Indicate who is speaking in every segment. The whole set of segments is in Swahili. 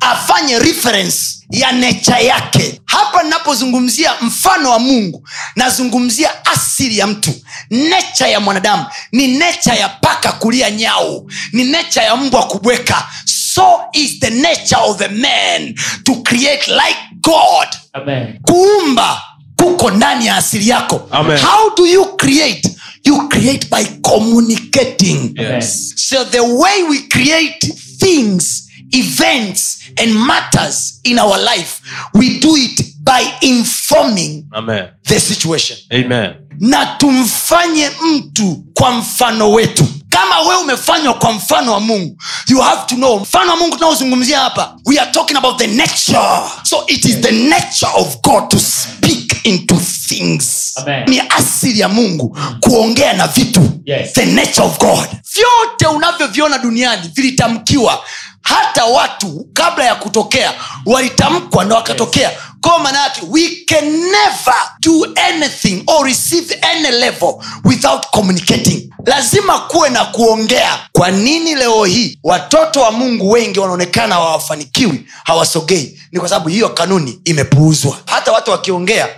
Speaker 1: afanye reference ya necha yake hapa ninapozungumzia mfano wa mungu nazungumzia asili ya mtu necha ya mwanadamu ni necha ya paka kulia nyau ni necha ya mbwa kubweka so is the nature of a man to create like god
Speaker 2: Amen.
Speaker 1: kuumba kuko ndani ya asili yako
Speaker 3: Amen.
Speaker 1: how do you create you create by communicating
Speaker 2: Yes.
Speaker 1: so the way we create things events and matters in our life we do it by informing
Speaker 3: Amen.
Speaker 1: the situation
Speaker 3: Amen.
Speaker 1: na tumfanye mtu kwa mfano wetu kama wewe umefanywa kwa mfano wa mungu you have to know mfano wa mungu tunaozungumzia hapa we are talking about the nature so it is the nature of god to speak into things
Speaker 2: Amen.
Speaker 1: ni asili ya mungu kuongea na vitu
Speaker 2: Yes.
Speaker 1: the nature of god vyote unavyoviona duniani vilitamkiwa hata watu kabla ya kutokea walitamkwa ndo wakatokea kwa maana yake we can never do anything or receive any level without communicating lazima kuwe na kuongea kwa nini leo hii watoto wa mungu wengi wanaonekana hawafanikiwi hawasogei ni kwa sababu hiyo kanuni imepuuzwa hata watu wakiongea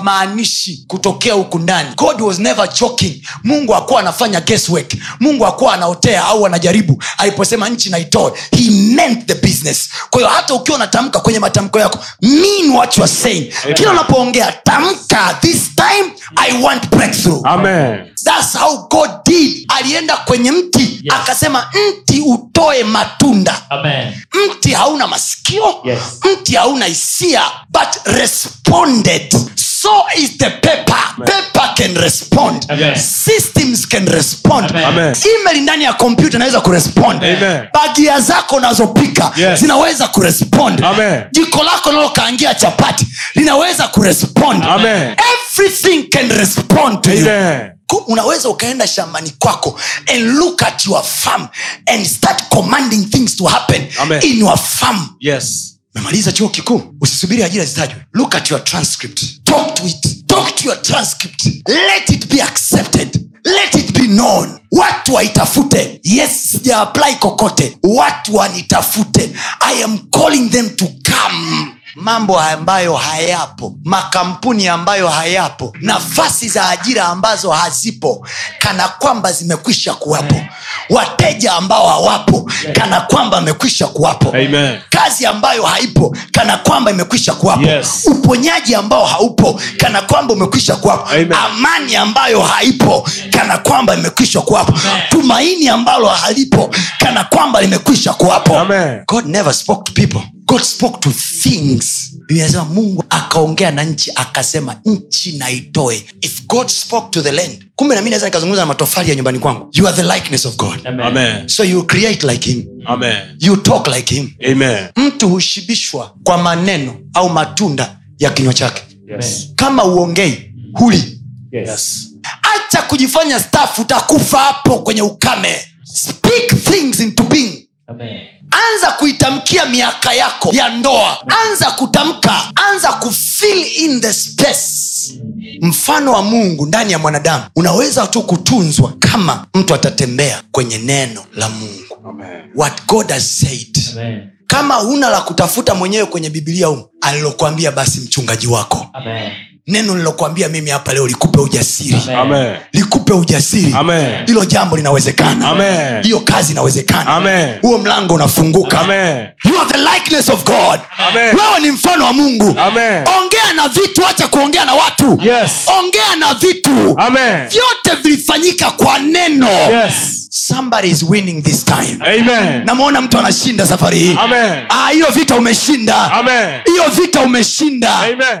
Speaker 1: hawamaanishi kutokea huku ndani god was never joking mungu akuwa anafanya guesswork mungu akuwa anaotea au anajaribu aliposema nchi naitoe he meant the business kwa hiyo hata ukiwa unatamka kwenye matamko yako mean what you are saying kila unapoongea tamka this time i want breakthrough
Speaker 3: Amen.
Speaker 1: That's how God did. alienda kwenye mti yes. akasema mti utoe matunda
Speaker 2: Amen.
Speaker 1: mti hauna masikio
Speaker 2: Yes.
Speaker 1: mti hauna hisia but responded so is the paper paper can respond
Speaker 2: Amen.
Speaker 1: systems can respond
Speaker 2: Amen.
Speaker 3: Amen.
Speaker 1: email ndani ya kompyuta inaweza kurespond
Speaker 3: Amen.
Speaker 1: bagia zako unazopika
Speaker 3: Yes.
Speaker 1: zinaweza kurespond
Speaker 3: Amen.
Speaker 1: jiko lako nalokaangia chapati linaweza kurespond
Speaker 3: Amen.
Speaker 1: everything can respond to you
Speaker 3: Amen.
Speaker 1: Ku- unaweza ukaenda shambani kwako and look at your farm and start commanding things to happen
Speaker 3: Amen.
Speaker 1: in your farm
Speaker 3: Yes.
Speaker 1: umemaliza chuo kikuu usisubiri ajira zitajwe look at your transcript talk to it talk to your transcript let it be accepted let it be known watu waitafute yes sijaapply kokote watu wanitafute i am calling them to come mambo ambayo hayapo makampuni ambayo hayapo nafasi za ajira ambazo hazipo kana kwamba zimekwisha kuwapo wateja ambao hawapo kana kwamba amekwisha kuwapo
Speaker 3: Amen.
Speaker 1: kazi ambayo haipo kana kwamba imekwisha kuwapo
Speaker 3: Yes.
Speaker 1: uponyaji ambao haupo kana kwamba umekwisha kuwapo
Speaker 3: Amen.
Speaker 1: amani ambayo haipo kana kwamba imekwisha kuwapo tumaini ambalo halipo kana kwamba limekwisha kuwapo
Speaker 3: Amen.
Speaker 1: god never spoke to people god spoke to things Biblia inasema mungu akaongea na nchi akasema nchi na itoe if god spoke to the land kumbe na mi naweza nikazungumza na matofali ya nyumbani kwangu you are the likeness of god
Speaker 2: Amen.
Speaker 3: Amen.
Speaker 1: so you create like him
Speaker 3: Amen.
Speaker 1: you talk like him
Speaker 3: Amen.
Speaker 1: mtu hushibishwa kwa maneno au matunda ya kinywa chake
Speaker 2: Yes.
Speaker 1: kama uongei huli
Speaker 2: Yes.
Speaker 1: acha kujifanya staff utakufa hapo kwenye ukame speak things into being
Speaker 2: Amen.
Speaker 1: anza kuitamkia miaka yako ya ndoa anza kutamka anza kufill in the space mfano wa mungu ndani ya mwanadamu unaweza tu kutunzwa kama mtu atatembea kwenye neno la mungu
Speaker 3: Amen.
Speaker 1: what god has said
Speaker 2: Amen.
Speaker 1: kama huna la kutafuta mwenyewe kwenye bibilia humu alilokuambia basi mchungaji wako
Speaker 2: Amen.
Speaker 1: neno nilokuambia mimi hapa leo likupe ujasiri
Speaker 2: Amen.
Speaker 3: Amen.
Speaker 1: likupe ujasiri
Speaker 3: Amen.
Speaker 1: hilo jambo linawezekana
Speaker 3: Amen.
Speaker 1: hiyo kazi inawezekana
Speaker 3: Amen.
Speaker 1: huo mlango unafunguka
Speaker 3: Amen.
Speaker 1: You are the likeness of god
Speaker 3: Amen.
Speaker 1: wewe ni mfano wa mungu
Speaker 3: Amen.
Speaker 1: ongea na vitu acha kuongea na watu
Speaker 3: Yes.
Speaker 1: ongea na vitu
Speaker 3: Amen.
Speaker 1: vyote vilifanyika kwa neno
Speaker 3: Yes.
Speaker 1: somebody is winning this time
Speaker 3: Amen.
Speaker 1: namwona mtu anashinda safari hii
Speaker 3: Amen.
Speaker 1: Ah, hiyo vita umeshinda
Speaker 3: Amen.
Speaker 1: hiyo vita umeshinda
Speaker 3: Amen.